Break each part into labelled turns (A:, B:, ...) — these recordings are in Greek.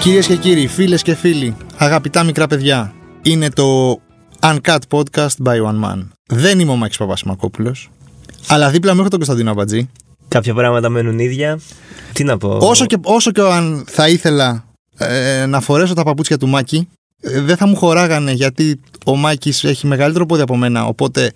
A: Κυρίες και κύριοι, φίλες και φίλοι, αγαπητά μικρά παιδιά, είναι το Uncut Podcast by One Man. Δεν είμαι ο Μάκης Παπασημακόπουλος, αλλά δίπλα μου έχω τον Κωνσταντίνο Αμπατζή.
B: Κάποια πράγματα μένουν ίδια. Τι να πω.
A: Όσο και, όσο και αν θα ήθελα ε, να φορέσω τα παπούτσια του Μάκη, ε, δεν θα μου χωράγανε γιατί ο Μάκης έχει μεγαλύτερο πόδι από μένα, οπότε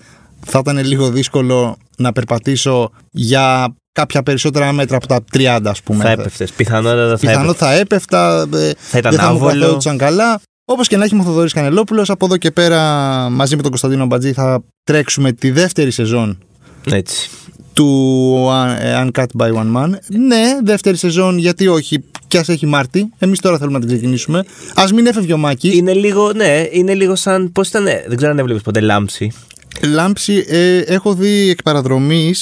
A: θα ήταν λίγο δύσκολο να περπατήσω για κάποια περισσότερα μέτρα από τα 30 ας πούμε.
B: θα έπεφτες. Πιθανότατα θα έπεφτε.
A: Πιθανό θα έπεφτα, ε, δε-
B: Θα ήταν
A: δεν θα μου
B: άβολο.
A: καθόντουσαν καλά. Όπως και να έχει, είμαι ο Θοδωρή Κανελόπουλο. Από εδώ και πέρα, μαζί με τον Κωνσταντίνο Μπατζή, θα τρέξουμε τη δεύτερη σεζόν
B: Έτσι.
A: του ε, Uncut by One Man. Ναι, δεύτερη σεζόν, γιατί όχι, κι ας έχει Μάρτι. Εμείς τώρα θέλουμε να την ξεκινήσουμε. Ας μην έφευγε ο Μάκης.
B: Είναι λίγο, ναι, είναι λίγο σαν. Πώς ήταν. ε, Δεν ξέρω αν έβλεπες ποτέ λάμψη.
A: Λάμψη, ε, έχω δει εκ παραδρομής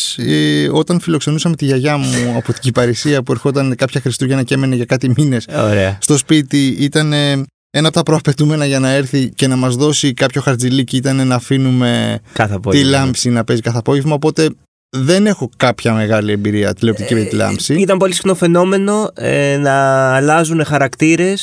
A: όταν φιλοξενούσαμε τη γιαγιά μου από την Κυπαρισία που ερχόταν κάποια Χριστούγεννα και έμενε για κάτι μήνες
B: Ωραία.
A: στο σπίτι ήταν ε, ένα από τα προαπαιτούμενα για να έρθει και να μας δώσει κάποιο χαρτζιλίκι ήταν να αφήνουμε
B: Κάθε
A: τη
B: απόγευμα.
A: λάμψη να παίζει κάθε απόγευμα οπότε δεν έχω κάποια μεγάλη εμπειρία τηλεοπτική
B: Ε,
A: με τη λάμψη.
B: Ήταν πολύ συχνό φαινόμενο ε, να αλλάζουν χαρακτήρες,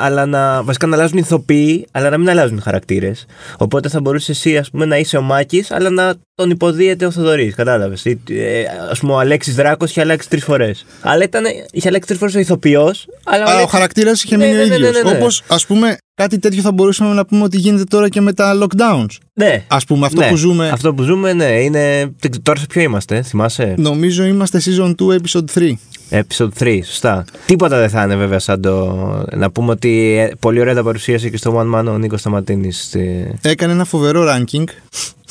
B: αλλά να, βασικά να αλλάζουν ηθοποιοί, αλλά να μην αλλάζουν χαρακτήρες. Οπότε θα μπορούσε εσύ ας πούμε, να είσαι ο Μάκης, αλλά να τον υποδίεται ο Θοδωρής. Κατάλαβες. Ε, ας πούμε, ο Αλέξης Δράκος είχε αλλάξει τρεις φορές. Αλλά ήταν, είχε αλλάξει τρεις φορές ο ηθοποιός, αλλά.
A: Αλλά ο
B: Αλέξης-
A: χαρακτήρας είχε
B: Ναι,
A: μείνει ο
B: ναι, ναι,
A: ίδιος.
B: ναι, ναι.
A: Όπως ας πούμε κάτι τέτοιο θα μπορούσαμε να πούμε ότι γίνεται τώρα και με τα lockdowns.
B: Ναι.
A: Ας πούμε αυτό
B: ναι.
A: που ζούμε
B: Αυτό που ζούμε, ναι, είναι. δεν ξέρω, Τώρα σε ποιο είμαστε, θυμάσαι.
A: νομίζω είμαστε season 2 episode 3.
B: Episode 3, σωστά. Τίποτα δεν θα είναι βέβαια σαν το. Να πούμε ότι ε, πολύ ωραία τα παρουσίασε και στο One Man ο ε, Νίκος Σταματίνης. Στη...
A: Έκανε ένα φοβερό ranking.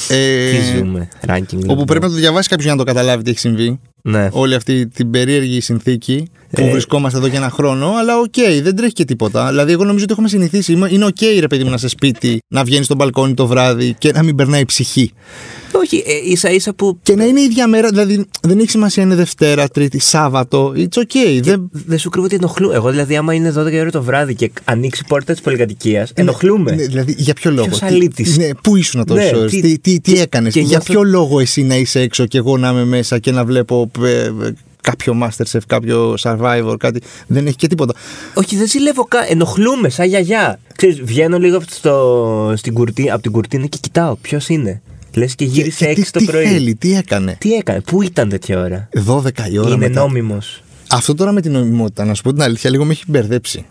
A: ε,
B: Τι ζούμε, ranking.
A: όπου
B: λοιπόν.
A: πρέπει να το διαβάσει κάποιος για να το καταλάβει τι έχει συμβεί.
B: Ναι.
A: όλη αυτή την περίεργη συνθήκη που
B: Ε.
A: βρισκόμαστε εδώ και ένα χρόνο. Αλλά οκ, δεν τρέχει και τίποτα. Δηλαδή, εγώ νομίζω ότι έχουμε συνηθίσει. Είμαι- Είναι οκ, ρε παιδί μου, να σε σπίτι, να βγαίνεις στο μπαλκόνι το βράδυ και να μην περνάει η ψυχή.
B: Όχι, ε, ίσα ίσα που.
A: Και να είναι η ίδια μέρα, δηλαδή δεν έχει σημασία αν είναι Δευτέρα, Τρίτη, Σάββατο. It's ok. Δεν...
B: Δεν σου κρύβω ότι ενοχλούμε. Εγώ δηλαδή, άμα είναι 12 ώρα το βράδυ και ανοίξει η πόρτα της πολυκατοικίας, ενοχλούμε.
A: Ναι, δηλαδή, για ποιο λόγο.
B: Ποιος
A: τι-
B: αλήτης.
A: ναι, πού ήσουν τόσε
B: Ναι,
A: ώρες,
B: τι-
A: τι, τι, τι,
B: και-
A: έκανες,
B: και
A: για
B: νιώθω-
A: ποιο λόγο εσύ να είσαι έξω και εγώ να είμαι μέσα και να βλέπω ε, ε, κάποιο Masterchef, κάποιο Survivor, κάτι. Δεν έχει και τίποτα.
B: Όχι, δεν ζηλεύω καν. Ενοχλούμε σαν γιαγιά. Ξέρεις, βγαίνω λίγο από, στο, στην κουρτί, από την κουρτίνα και κοιτάω ποιος είναι. Λες και γύρισε
A: Και
B: 6
A: τι-
B: το πρωί.
A: Τι θέλει, τι έκανε.
B: Τι έκανε, πού ήταν τέτοια ώρα.
A: 12 η ώρα
B: είναι
A: μετά.
B: νόμιμος.
A: Αυτό τώρα με την νομιμότητα, να σου πω την αλήθεια, λίγο με έχει μπερδέψει.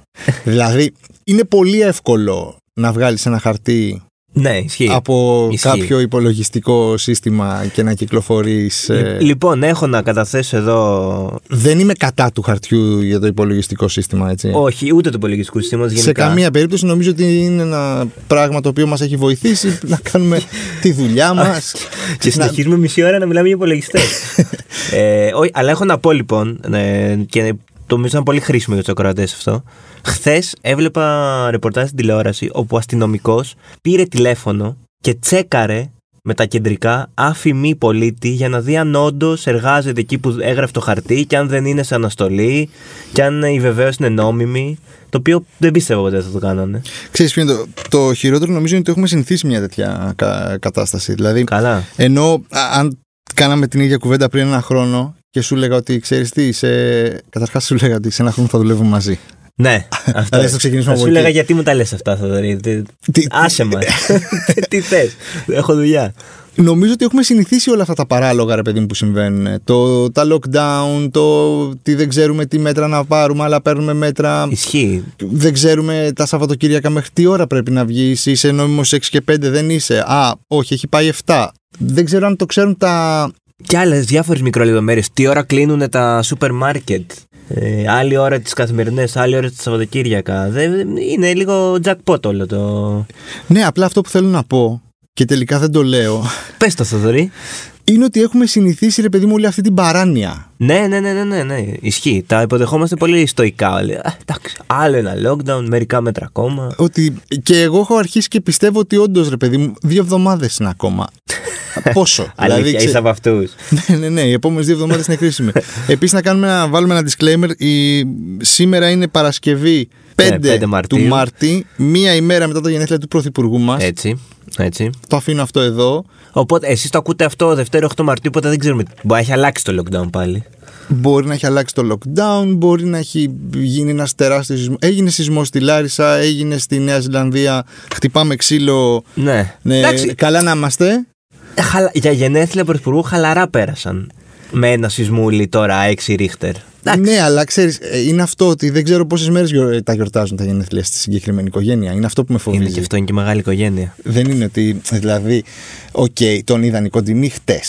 A: δηλαδή, είναι πολύ εύκολο να βγάλεις ένα χαρτί
B: Ναι, ισχύει.
A: από
B: Ισχύει.
A: κάποιο υπολογιστικό σύστημα και να κυκλοφορείς... ε,
B: Λοιπόν, έχω να καταθέσω εδώ.
A: Δεν είμαι κατά του χαρτιού για το υπολογιστικό σύστημα, έτσι.
B: Όχι, ούτε του υπολογιστικού συστήματο γενικά.
A: Ναι. Σε καμία περίπτωση νομίζω ότι είναι ένα πράγμα το οποίο μας έχει βοηθήσει να κάνουμε τη δουλειά μας.
B: Και
A: Να-
B: συνεχίζουμε μισή ώρα να μιλάμε για υπολογιστές. ε, ό, αλλά έχω να πω λοιπόν, ε, και το νομίζω ήταν πολύ χρήσιμο για τους ακροατές αυτό. Χθες έβλεπα ρεπορτάζ στην τηλεόραση όπου ο αστυνομικός πήρε τηλέφωνο και τσέκαρε με τα κεντρικά άφημη πολίτη για να δει αν όντως εργάζεται εκεί που έγραφε το χαρτί και αν δεν είναι σε αναστολή και αν η βεβαίωση είναι νόμιμη. Το οποίο δεν πίστευα ποτέ θα το κάνανε.
A: Ξέρεις ποιο είναι το, το χειρότερο νομίζω είναι ότι έχουμε συνηθίσει μια τέτοια κα- κατάσταση. Δηλαδή,
B: Καλά.
A: Ενώ α, αν κάναμε την ίδια κουβέντα πριν ένα χρόνο και σου λέγα ότι ξέρεις τι, σε... καταρχάς σου λέγα ότι σε ένα χρόνο θα δουλεύουμε μαζί.
B: Ναι, αυτό.
A: Αλλά ας το ξεκινήσουμε
B: Θα
A: από
B: Σου
A: εκεί.
B: λέγα γιατί μου τα λες αυτά, Θοδωρή. Τι-
A: Τι-
B: Άσε μας. Τι θες, Έχω δουλειά.
A: Νομίζω ότι έχουμε συνηθίσει όλα αυτά τα παράλογα, ρε παιδί μου, που συμβαίνουν. Το, τα lockdown, το ότι δεν ξέρουμε τι μέτρα να πάρουμε, αλλά παίρνουμε μέτρα.
B: Ισχύει.
A: Δεν ξέρουμε τα Σαββατοκύριακα μέχρι τι ώρα πρέπει να βγεις. Είσαι νόμιμος 6 και 5, δεν είσαι. Α, όχι, έχει πάει 7. Δεν ξέρω αν το ξέρουν τα.
B: Και άλλες διάφορες μικρολεπτομέρειε. Τι ώρα κλείνουν τα σούπερ μάρκετ. Ε, άλλη ώρα τις καθημερινές, άλλη ώρα τα Σαββατοκύριακα. Δεν- είναι λίγο jackpot όλο το.
A: Ναι, απλά αυτό που θέλω να πω και τελικά δεν το λέω.
B: Πες το, Θοδωρή.
A: Είναι ότι έχουμε συνηθίσει, ρε παιδί μου, όλη αυτή την παράνοια.
B: Ναι, ναι, ναι, ναι, ναι, ναι. Ισχύει. Τα υποδεχόμαστε πολύ στοικά όλοι. Α, εντάξει. Άλλο ένα lockdown, μερικά μέτρα ακόμα.
A: ότι και εγώ έχω αρχίσει και πιστεύω ότι όντως ρε παιδί μου, δύο εβδομάδες είναι ακόμα. Πόσο.
B: Αλήθεια,
A: ξέ-
B: είσαι από αυτούς.
A: ναι, ναι, ναι, οι επόμενες δύο εβδομάδες είναι χρήσιμες. Επίσης, να, κάνουμε, να βάλουμε ένα disclaimer. Η... Σήμερα είναι Παρασκευή 5,
B: 5 Ναι, Μαρτίου. Ε.
A: του Μάρτη, μία ημέρα μετά τα γενέθλια του Πρωθυπουργού μας.
B: Έτσι, έτσι.
A: Το αφήνω αυτό εδώ.
B: Οπότε εσείς το ακούτε αυτό Δευτέρα 8 Μαρτίου, οπότε δεν ξέρουμε. Μπορεί να έχει αλλάξει το lockdown πάλι.
A: Μπορεί να έχει αλλάξει το lockdown, μπορεί να έχει γίνει ένας τεράστιος σεισμός. Έγινε σεισμός στη Λάρισα, έγινε στη Νέα Ζηλανδία. Χτυπάμε ξύλο.
B: Ναι.
A: Ναι,
B: Εντάξει.
A: καλά να είμαστε.
B: Χαλα... Για γενέθλια πρωθυπουργού χαλαρά πέρασαν. Με ένα σεισμούλι τώρα 6 ρίχτερ. Εντάξει.
A: Ναι, αλλά ξέρεις, είναι αυτό ότι δεν ξέρω πόσες μέρες ε, τα γιορτάζουν τα γενέθλια στη συγκεκριμένη οικογένεια. Είναι αυτό που με φοβίζει.
B: Είναι και αυτό, είναι και μεγάλη οικογένεια.
A: Δεν είναι ότι, δηλαδή, οκ, τον είδαν οι κοντινοί χτες.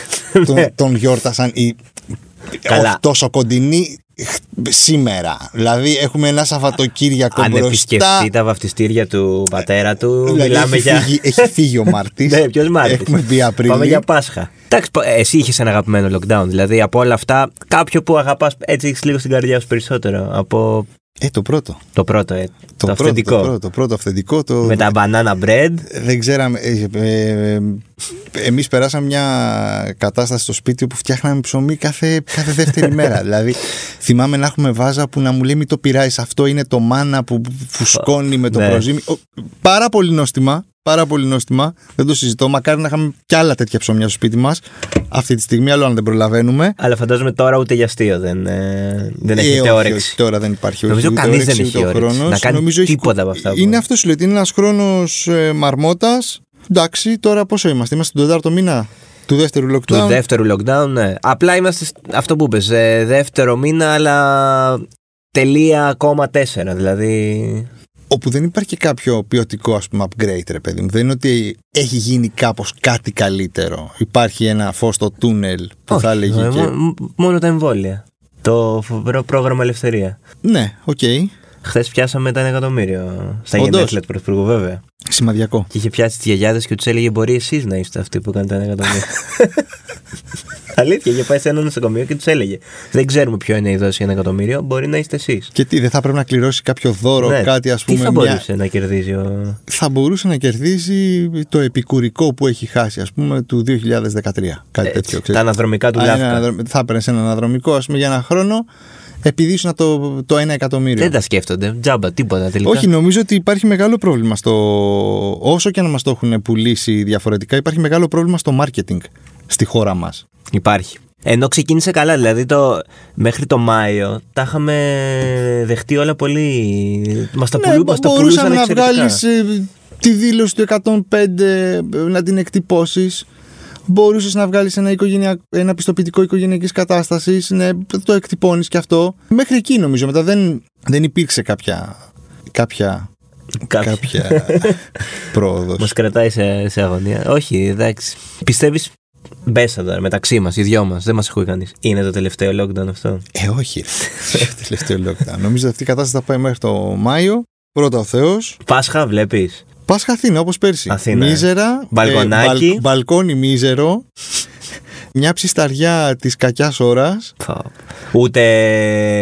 A: τον, τον γιόρτασαν οι
B: Ναι. Καλά.
A: όχι τόσο κοντινοί χ- σήμερα. Δηλαδή, έχουμε ένα Σαββατοκύριακο
B: Αν
A: μπροστά.
B: επισκεφτεί τα βαφτιστήρια του πατέρα του,
A: Δηλαδή,
B: μιλάμε
A: έχει,
B: για.
A: φύγει, έχει φύγει ο Μάρτης.
B: Ναι, ποιος Μάρτιο.
A: Έχουμε μπει Απρίλιο.
B: Πάμε για Πάσχα. Εντάξει, πο- εσύ είχες ένα αγαπημένο lockdown. Δηλαδή από όλα αυτά, κάποιο που αγαπάς έτσι έχεις λίγο στην καρδιά σου περισσότερο. Από
A: Ε, το πρώτο.
B: το πρώτο, ε, το,
A: πρώτο,
B: αυθεντικό. Ναι.
A: Το πρώτο, το πρώτο αυθεντικό. Το...
B: Με τα banana bread.
A: Δεν ξέραμε. Ε, ε, ε, εμείς περάσαμε μια κατάσταση στο σπίτι όπου φτιάχναμε ψωμί κάθε, κάθε δεύτερη μέρα. δηλαδή, θυμάμαι να έχουμε βάζα που να μου λέει: Μην το πειράζεις. Αυτό είναι το μάνα που φουσκώνει με το
B: Ναι.
A: προζύμι. Ο- Πάρα πολύ νόστιμα. Πάρα πολύ νόστιμα. Δεν το συζητώ. Μακάρι να είχαμε κι άλλα τέτοια ψωμιά στο σπίτι μας. Αυτή τη στιγμή, άλλο αν δεν προλαβαίνουμε.
B: Αλλά φαντάζομαι τώρα ούτε για αστείο δεν, ε, δεν
A: Ε,
B: έχετε
A: όχι,
B: όρεξη.
A: όχι, τώρα δεν υπάρχει
B: Νομίζω
A: ούτε
B: κανείς δεν
A: όρεξη,
B: έχει
A: ούτε ο
B: όρεξη να
A: χρόνος.
B: κάνει
A: Νομίζω έχει
B: τίποτα
A: κου-
B: από αυτά που-
A: Είναι αυτό σου λέει ότι είναι ένας χρόνος ε, μαρμότας. Εντάξει, τώρα πόσο είμαστε, είμαστε στον τετάρτο μήνα του δεύτερου lockdown.
B: Του δεύτερου lockdown, ναι. Απλά είμαστε σ- αυτό που είπες, ε, δεύτερο μήνα, αλλά τελεία ακόμα τέσσερα, δηλαδή...
A: Όπου δεν υπάρχει και κάποιο ποιοτικό ας πούμε, upgrade, ρε παιδί μου. Δεν είναι ότι έχει γίνει κάπως κάτι καλύτερο. Υπάρχει ένα φως στο τούνελ που θα
B: Όχι,
A: έλεγε.
B: ε,
A: και...
B: μό- μ- μόνο τα εμβόλια. Το φοβερό πρόγραμμα ελευθερία.
A: Ναι, οκ.
B: Χθες πιάσαμε τα ένα εκατομμύριο στα
A: Όντως.
B: γενέθλια του Πρωθυπουργού, βέβαια.
A: Σημαδιακό.
B: Και είχε πιάσει τις γιαγιάδες και τους έλεγε: Μπορεί εσείς να είστε αυτοί που κάνετε ένα εκατομμύριο. Αλήθεια, είχε πάει σε ένα νοσοκομείο και τους έλεγε: Δεν ξέρουμε ποιο είναι η δόση ένα εκατομμύριο, μπορεί να είστε εσείς.
A: Και τι, δεν θα πρέπει να κληρώσει κάποιο δώρο, κάτι ας
B: Ναι. τι
A: πούμε.
B: θα
A: μια-
B: μπορούσε να κερδίζει ο.
A: θα μπορούσε να κερδίσει το επικουρικό που έχει χάσει, ας πούμε, του 2013. Κάτι τέτοιο.
B: τα
A: ξέρεις.
B: αναδρομικά του
A: Αν είναι
B: Λάφκα.
A: αναδρομ- Θα έπαιρνε ένα αναδρομικό, ας πούμε, για ένα χρόνο, επειδή ήσουν το, το ένα εκατομμύριο.
B: Δεν τα σκέφτονται. Τζάμπα, τίποτα τελικά.
A: Όχι, ναι. νομίζω ότι υπάρχει μεγάλο πρόβλημα στο. Όσο και αν μας το έχουν πουλήσει διαφορετικά, υπάρχει μεγάλο πρόβλημα στο marketing στη χώρα μας.
B: Υπάρχει. Ενώ ξεκίνησε καλά, δηλαδή το... μέχρι το Μάιο τα είχαμε δεχτεί όλα πολύ. Μας τα, πουλού... μας τα πουλούσαν
A: Ναι, να
B: εξαιρετικά.
A: βγάλεις τη δήλωση του 105, ε, να την εκτυπώσεις. Μπορούσες να βγάλεις ένα, οικογενεια- ένα πιστοποιητικό οικογενειακής κατάστασης, ναι, το εκτυπώνεις και αυτό. Μέχρι εκεί νομίζω. Μετά δεν, δεν υπήρξε κάποια, κάποια,
B: Κάποιοι.
A: κάποια πρόοδος.
B: Μας κρατάει σε, σε αγωνία. Όχι, εντάξει. Πιστεύεις. Μπέσα τώρα μεταξύ μας, οι δυο μας. Δεν μας ακούει κανείς. Είναι το τελευταίο lockdown αυτό.
A: Ε, όχι. ρε. Τελευταίο lockdown. νομίζω ότι αυτή η κατάσταση θα πάει μέχρι το Μάιο. Πρώτα ο Θεός.
B: Πάσχα, βλέπεις.
A: Πάσχα Αθήνα, όπως πέρσι.
B: Αθήνα, ε.
A: Μίζερα.
B: Μπαλκονάκι.
A: μπαλ- μπαλκόνι μίζερο. Μια ψισταριά της κακιάς ώρας.
B: Ούτε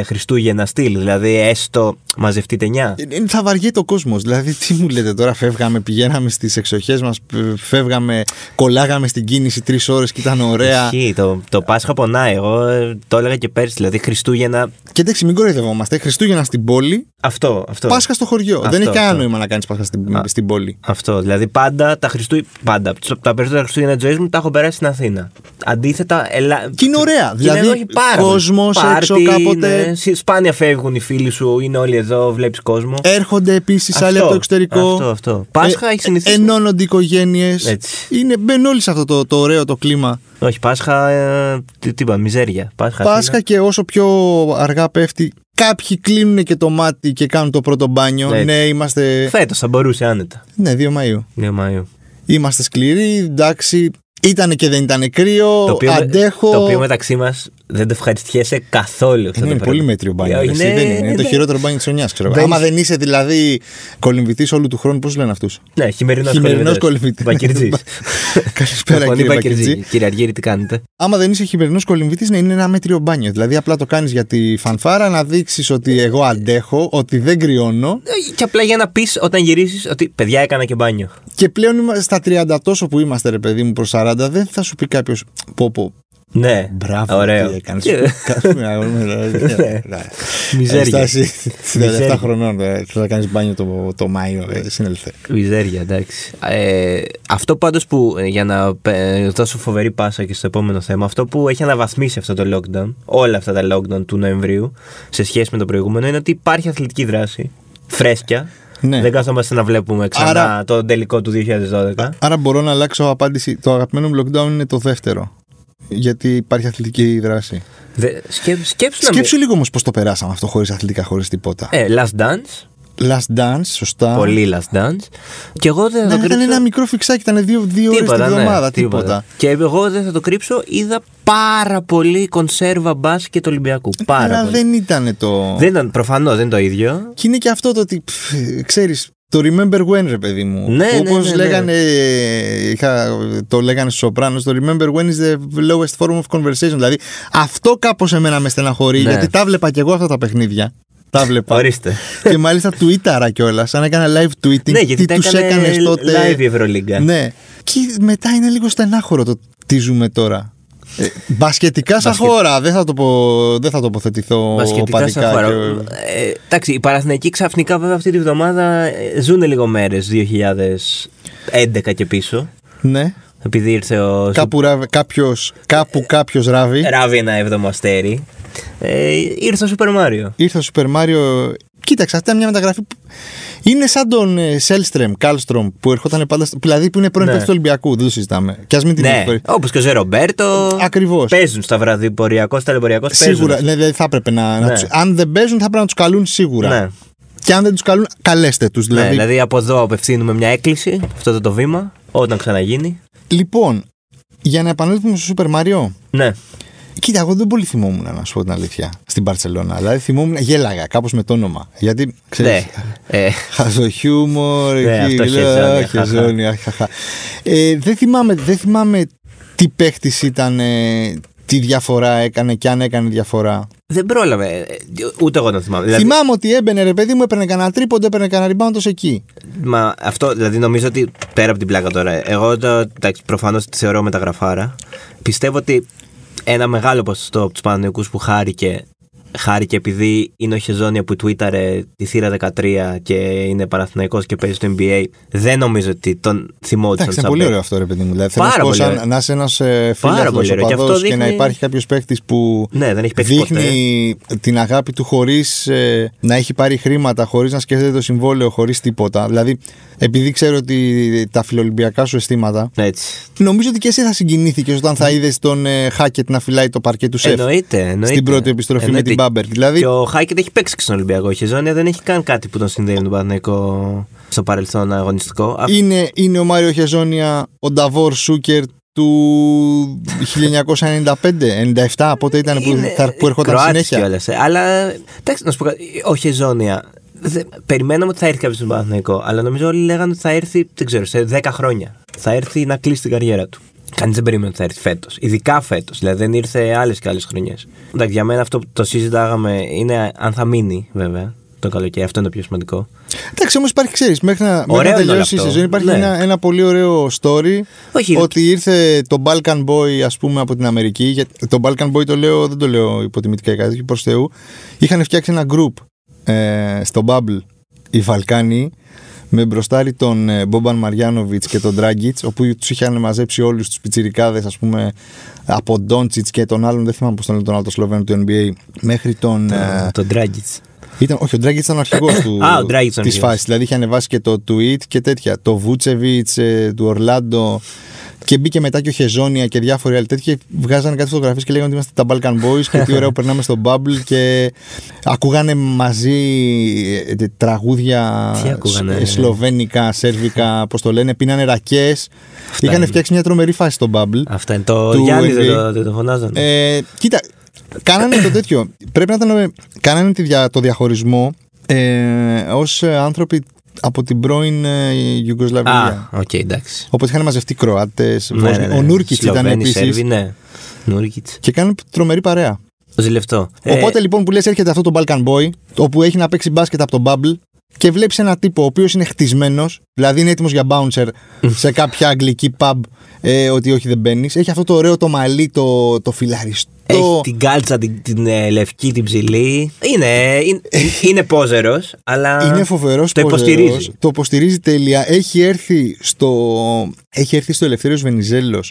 B: Χριστούγεννα στυλ. Δηλαδή, έστω μαζευτείτε 9.
A: Ε, Θα βαριέται ο κόσμος. Δηλαδή, τι μου λέτε τώρα, φεύγαμε, πηγαίναμε στις εξοχές μας, φεύγαμε, κολλάγαμε στην κίνηση τρεις ώρες και ήταν ωραία.
B: Ισχύει, το, το Πάσχα πονάει. Εγώ ε, το έλεγα και πέρσι. Δηλαδή, Χριστούγεννα.
A: Και εντάξει, μην κοροϊδευόμαστε. Χριστούγεννα στην πόλη,
B: Αυτό, αυτό.
A: Πάσχα στο χωριό.
B: Αυτό,
A: Δεν έχει κανένα
B: αυτό.
A: νόημα να κάνεις Πάσχα στην,
B: Α.
A: στην πόλη.
B: Αυτό. Δηλαδή, πάντα τα Χριστούγεννα. Πάντα. Τα περισσότερα Χριστούγεννα της ζωής μου τα έχω περάσει στην Αθήνα. Αντίθετα, ελα...
A: Και είναι ωραία.
B: Δηλαδή,
A: δηλαδή, κόσμος έξω κάποτε.
B: Σπάνια φεύγουν οι φίλοι σου, είναι όλοι εδώ, βλέπεις κόσμο.
A: Έρχονται επίσης
B: Αυτό,
A: άλλοι από Ε, το εξωτερικό. Ε,
B: αυτό, αυτό. Πάσχα έχεις συνηθίσει.
A: Ενώνονται οικογένειες.
B: Έτσι.
A: Μπαίνουν όλοι σε αυτό το, το ωραίο το κλίμα.
B: Όχι, Πάσχα. Ε, τι, τι είπα, μιζέρια. Πάσχα.
A: Πάσχα και όσο πιο αργά πέφτει, κάποιοι κλείνουν και το μάτι και κάνουν το πρώτο μπάνιο.
B: Έτσι.
A: Ναι, είμαστε.
B: Φέτος θα μπορούσε άνετα.
A: Ναι, 2 Μαΐου.
B: 2 Μαΐου.
A: Είμαστε σκληροί, εντάξει. Ήτανε και δεν ήταν κρύο. αντέχω.
B: το οποίο μεταξύ μας δεν το ευχαριστιέσαι καθόλου. αυτό
A: Ναι,
B: το Ε,
A: είναι
B: πράγμα.
A: πολύ μέτριο μπάνιο. Είναι,
B: ναι,
A: δεν είναι, είναι το χειρότερο μπάνιο της χρονιάς, ξέρω.
B: Μπαίνεις-
A: Άμα δεν είσαι δηλαδή κολυμβητή όλου του χρόνου, πώς λένε αυτούς.
B: Ναι, χειμερινός
A: Χειμερινός κολυμβητή.
B: Μπακυρτζή.
A: Καλησπέρα, κύριε Μπακυρτζή.
B: Κύριε Αργύρη, τι κάνετε.
A: Άμα δεν είσαι χειμερινός κολυμβητή, ναι, είναι ένα μέτριο μπάνιο. Δηλαδή, απλά το κάνεις για τη φανφάρα, να δείξεις ότι εγώ αντέχω, ότι δεν κρυώνω.
B: Ε, Και απλά για να πεις όταν γυρίσεις ότι παιδιά έκανα και μπάνιο.
A: Και πλέον είμα- στα 30 τόσο που είμαστε, ρε παιδί μου, προς 40, δεν θα σου πει κάποιος πω πω.
B: Ναι.
A: Μπράβο,
B: Ωραίο.
A: τι έκανες.
B: Και-
A: Κάτσε να βρούμε,
B: Ναι.
A: ρε. Ναι.
B: Μιζέρια.
A: Στάση, 37
B: Μιζέρια.
A: χρονών. ε, Θέλω να κάνεις μπάνιο το, το Μάιο. ε, Συνελθέ.
B: Μιζέρια, εντάξει. Ε, αυτό πάντως που, ε, για να πε- δώσω φοβερή πάσα και στο επόμενο θέμα, αυτό που έχει αναβαθμίσει αυτό το lockdown, όλα αυτά τα lockdown του Νοεμβρίου, σε σχέση με το προηγούμενο, είναι ότι υπάρχει αθλητική δράση, φρέσκια.
A: Ναι.
B: Δεν καθόμαστε να βλέπουμε ξανά
A: Άρα-
B: το τελικό του 2012.
A: Άρα μπορώ να αλλάξω απάντηση. Το αγαπημένο μου lockdown είναι το δεύτερο. Γιατί υπάρχει αθλητική
B: Ναι,
A: δράση.
B: Δε, σκέψου, σκέψου να μην-
A: Σκέψου λίγο όμως πώς το περάσαμε αυτό χωρίς αθλητικά, χωρίς τίποτα.
B: Ε, Last Dance.
A: Last dance, σωστά.
B: Πολύ Last Dance. Και εγώ δεν θα
A: Ναι,
B: το κρύψω.
A: ήταν ένα μικρό φιξάκι, ήταν δύο, δύο ώρες την
B: Τίποτα, ναι,
A: εβδομάδα. τίποτα.
B: Και εγώ δεν θα το κρύψω, είδα πάρα πολύ κονσέρβα μπάσκετ Ολυμπιακού. Πάρα
A: Αλλά
B: πολύ.
A: δεν ήταν το.
B: Δεν ήταν, προφανώς δεν είναι το ίδιο.
A: Και είναι και αυτό το ότι, πφ, ξέρεις, το remember when, ρε παιδί μου.
B: Ναι, ναι,
A: Όπως
B: ναι, ναι.
A: λέγανε, είχα, το λέγανε στους Σοπράνους, το remember when is the lowest form of conversation. Δηλαδή, αυτό κάπως εμένα με στεναχωρεί,
B: Ναι.
A: γιατί τα βλέπα κι εγώ αυτά τα παιχνίδια. Τα βλέπα.
B: Ορίστε.
A: και μάλιστα tweetαρα κιόλας, σαν έκανα live tweeting.
B: ναι, γιατί
A: τι
B: τα
A: τους
B: έκανε
A: έκανες τότε.
B: live η Ευρωλίγκα.
A: Ναι. Και μετά είναι λίγο στενάχωρο το τι ζούμε τώρα. Ε, μπασκετικά σαν
B: Μπασκετ-
A: χώρα, δεν θα, το πω, δεν θα τοποθετηθώ
B: Μπασκετικά
A: οπαδικά
B: σαν χώρα.
A: και-
B: Ε, εντάξει, οι Παραθυναϊκοί ξαφνικά βέβαια αυτή τη βδομάδα ε, ζουν λίγο μέρες 2011 και πίσω.
A: Ναι.
B: Επειδή ήρθε ο
A: Κάπου, ράβε- κάποιος,
B: Ε,
A: κάπου κάποιος ράβει.
B: Ράβει ένα έβδομο αστέρι. Ε, ήρθε ο Σούπερ Μάριο.
A: Ήρθε ο Σούπερ Μάριο. Κοίταξε, αυτή ήταν μια μεταγραφή που είναι σαν τον ε, Σέλστρεμ, Κάλστρομ που ερχόταν πάντα. στο- Δηλαδή που είναι πρώην
B: Ναι.
A: παίκτης του Ολυμπιακού, δεν το συζητάμε. Και ας μην την
B: Ναι,
A: εκφορεί-
B: όπως και ο Ζε Ρομπέρτο.
A: Ακριβώς.
B: Παίζουν στα βραδιποριακό, στα λεποριακό.
A: Σίγουρα, ναι, δηλαδή θα έπρεπε να. να
B: Ναι.
A: τους- αν δεν παίζουν, θα έπρεπε να τους καλούν σίγουρα.
B: Ναι.
A: Και αν δεν τους καλούν, καλέστε τους.
B: Δηλαδή...
A: Δηλαδή.
B: Ναι, δηλαδή από εδώ απευθύνουμε μια έκκληση, αυτό το, το βήμα, όταν ξαναγίνει.
A: Λοιπόν, για να επανέλθουμε στο Σούπερ Μάριο.
B: Ναι.
A: Κοίτα, εγώ δεν πολύ θυμόμουν να σου πω την αλήθεια στην Παρσελώνα. Δηλαδή θυμόμουν, γέλαγα κάπως με το όνομα. Γιατί ξέρεις,
B: ναι. Ε,
A: Χαζοχιούμορ,
B: Ναι,
A: εκεί,
B: αυτό
A: λέω,
B: χεζόνια,
A: «Αχ, χεζόνια, χαχα». Ε, δεν, θυμάμαι, δεν θυμάμαι τι παίχτης ήταν, ε, τι διαφορά έκανε και αν έκανε διαφορά.
B: δεν πρόλαβε. ε, Ούτε εγώ να θυμάμαι. Δηλαδή,
A: Θυμάμαι ότι έμπαινε ρε παιδί μου, έπαιρνε κανένα τρίποντο, έπαιρνε κανένα rebound ως εκεί.
B: Μα αυτό, δηλαδή νομίζω ότι πέρα από την πλάκα τώρα. Εγώ το, εντάξει, προφανώς τη θεωρώ μεταγραφάρα. Πιστεύω ότι ένα μεγάλο ποσοστό από τους Παναγενικούς που χάρηκε, χάρηκε επειδή είναι ο Χεζόνια που tweetαρε τη θύρα 13 και είναι Παναθηναϊκός και παίζει στο NBA. Δεν νομίζω ότι τον θυμόντουσαν
A: Εντάξει, είναι
B: σαν
A: πολύ
B: παίκτη.
A: ωραίο αυτό ρε παιδί μου. Δηλαδή,
B: Πάρα
A: θέλω να σου πω,
B: πολύ
A: σαν-
B: ωραίο.
A: να είσαι ένας
B: Πάρα πολύ ωραίο. Και
A: φιλελεύθερο
B: αυτό
A: και να
B: δείχνει-
A: υπάρχει κάποιος παίχτη που
B: Ναι, δεν έχει παίξει
A: δείχνει την αγάπη του χωρίς να έχει πάρει χρήματα, χωρίς να σκέφτεται το συμβόλαιο, χωρίς τίποτα. Δηλαδή, επειδή ξέρω ότι τα φιλολυμπιακά σου αισθήματα
B: ποτέ. Ναι, Έτσι.
A: Νομίζω ότι και εσύ θα συγκινήθηκες όταν θα είδες τον ε, Χάκετ να φυλάει το παρκέ του σεφ.
B: Ναι. Εννοείται, εννοείται.
A: Στην πρώτη επιστροφή με την Μπάμπερ. Δηλαδή,
B: Και ο Χάκετ έχει παίξει και στον Ολυμπιακό. Η Χεζόνια δεν έχει καν κάτι που τον συνδέει με τον Παναθηναϊκό στο παρελθόν αγωνιστικό. Α,
A: είναι, είναι ο Μάριο Χεζόνια ο Νταβόρ Σούκερ του 1995-97, πότε ήταν που,
B: Είναι
A: θα- που ερχόταν
B: Κροάτης
A: συνέχεια.
B: κιόλας, ε. αλλά εντάξει, να σου πω κάτι. Ο Χεζόνια. Δε, περιμέναμε ότι θα έρθει κάποιος στον Παναθηναϊκό. Αλλά νομίζω όλοι λέγανε ότι θα έρθει, δεν ξέρω, σε 10 χρόνια. Θα έρθει να κλείσει την καριέρα του. Κανεί δεν περίμενε ότι θα έρθει φέτος. Ειδικά φέτος. Δηλαδή δεν ήρθε άλλες και άλλες χρονιές. Εντάξει, για μένα αυτό που το συζητάγαμε είναι αν θα μείνει, βέβαια, το καλοκαίρι. Αυτό είναι το πιο σημαντικό.
A: Εντάξει, όμως υπάρχει, ξέρεις, μέχρι να, μέχρι
B: Ωραίο
A: να
B: είναι
A: τελειώσει η
B: όλο αυτό.
A: σεζόν υπάρχει
B: Ναι.
A: ένα, ένα πολύ ωραίο story.
B: Όχι,
A: ότι ήρθε το Balkan Boy, ας πούμε, από την Αμερική. Για, το Balkan Boy το λέω, δεν το λέω υποτιμητικά ή κάτι, προς Θεού. Είχαν φτιάξει ένα group ε, στο Bubble οι Βαλκάνοι με μπροστάρι τον ε, Μπόμπαν Μαριάνοβιτ και τον Ντράγκιτ, όπου τους είχαν μαζέψει όλους τους πιτσιρικάδες, ας πούμε, από Ντόντσιτ και τον άλλον, δεν θυμάμαι πώς τον λένε τον άλλο, το Σλοβαίνο του NBA, μέχρι τον. ε,
B: τον Ντράγκιτ.
A: ήταν, όχι, ο Ντράγκη ήταν ο αρχηγός του.
B: Α, ο Dragic ήταν
A: Της
B: αρχηγός.
A: φάση. Δηλαδή είχε ανεβάσει και το tweet και τέτοια. Το Βούτσεβιτ του Ορλάντο. Και μπήκε μετά και ο Χεζόνια και διάφοροι άλλοι τέτοιοι. και Βγάζανε κάτι φωτογραφίες και λέγανε ότι είμαστε τα Balkan Boys και τι ωραίο περνάμε στο Bubble. Και ακούγανε μαζί ε, τε- τραγούδια
B: Τι ακούγανε,
A: σ-
B: ρε.
A: σλοβένικα, σέρβικα, πώς το λένε. Πίνανε ρακές. Είχαν
B: είναι.
A: φτιάξει μια τρομερή φάση στο Bubble.
B: Αυτό είναι το.
A: Του
B: Γιάννη δεν
A: NBA.
B: το, δεν το φωνάζαν.
A: Ε, κοίτα, κάνανε το τέτοιο. Πρέπει να ήταν. ε, Κάνανε τη δια- το διαχωρισμό ε, ως άνθρωποι από την πρώην ε, Ιουγκοσλαβία.
B: Α, οκ, εντάξει.
A: Οπότε είχαν μαζευτεί Κροάτες,
B: Ναι, ναι, ναι.
A: ο Νούρκιτ ήταν
B: Σλοβαίνοι, Σέρβοι,
A: επίση.
B: ναι. Νούρκιτ.
A: Και κάνουν τρομερή παρέα.
B: Ζηλευτό.
A: Οπότε λοιπόν που λες, έρχεται αυτό το Balkan Boy, όπου έχει να παίξει μπάσκετ από τον Bubble και βλέπεις ένα τύπο ο οποίος είναι χτισμένος, δηλαδή είναι έτοιμος για bouncer σε κάποια αγγλική pub ε, ότι όχι δεν μπαίνεις. Έχει αυτό το ωραίο το μαλλί, το, το φιλαριστό.
B: Έχει την κάλτσα, την, την, ε, λευκή, την ψηλή. Είναι, είναι, είναι πόζερος, αλλά.
A: Είναι φοβερός
B: Το υποστηρίζει.
A: Το υποστηρίζει τέλεια. Έχει έρθει στο, έχει έρθει στο Ελευθέρω Βενιζέλο